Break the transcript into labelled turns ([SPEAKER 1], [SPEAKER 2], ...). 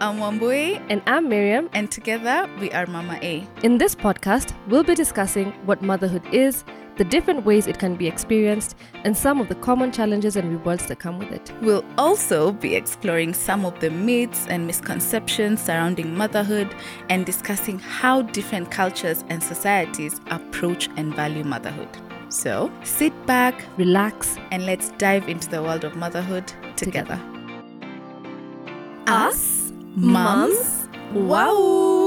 [SPEAKER 1] I'm Wambui,
[SPEAKER 2] And I'm Miriam.
[SPEAKER 1] and together we are Mama A.
[SPEAKER 2] In this podcast, we'll be discussing what motherhood is, the different ways it can be experienced, and some of the common challenges and rewards that come with it.
[SPEAKER 1] We'll also be exploring some of the myths and misconceptions surrounding motherhood and discussing how different cultures and societies approach and value motherhood. So sit back
[SPEAKER 2] Relax,
[SPEAKER 1] and let's dive into the world of motherhood together.
[SPEAKER 2] Us, mums,
[SPEAKER 1] wow!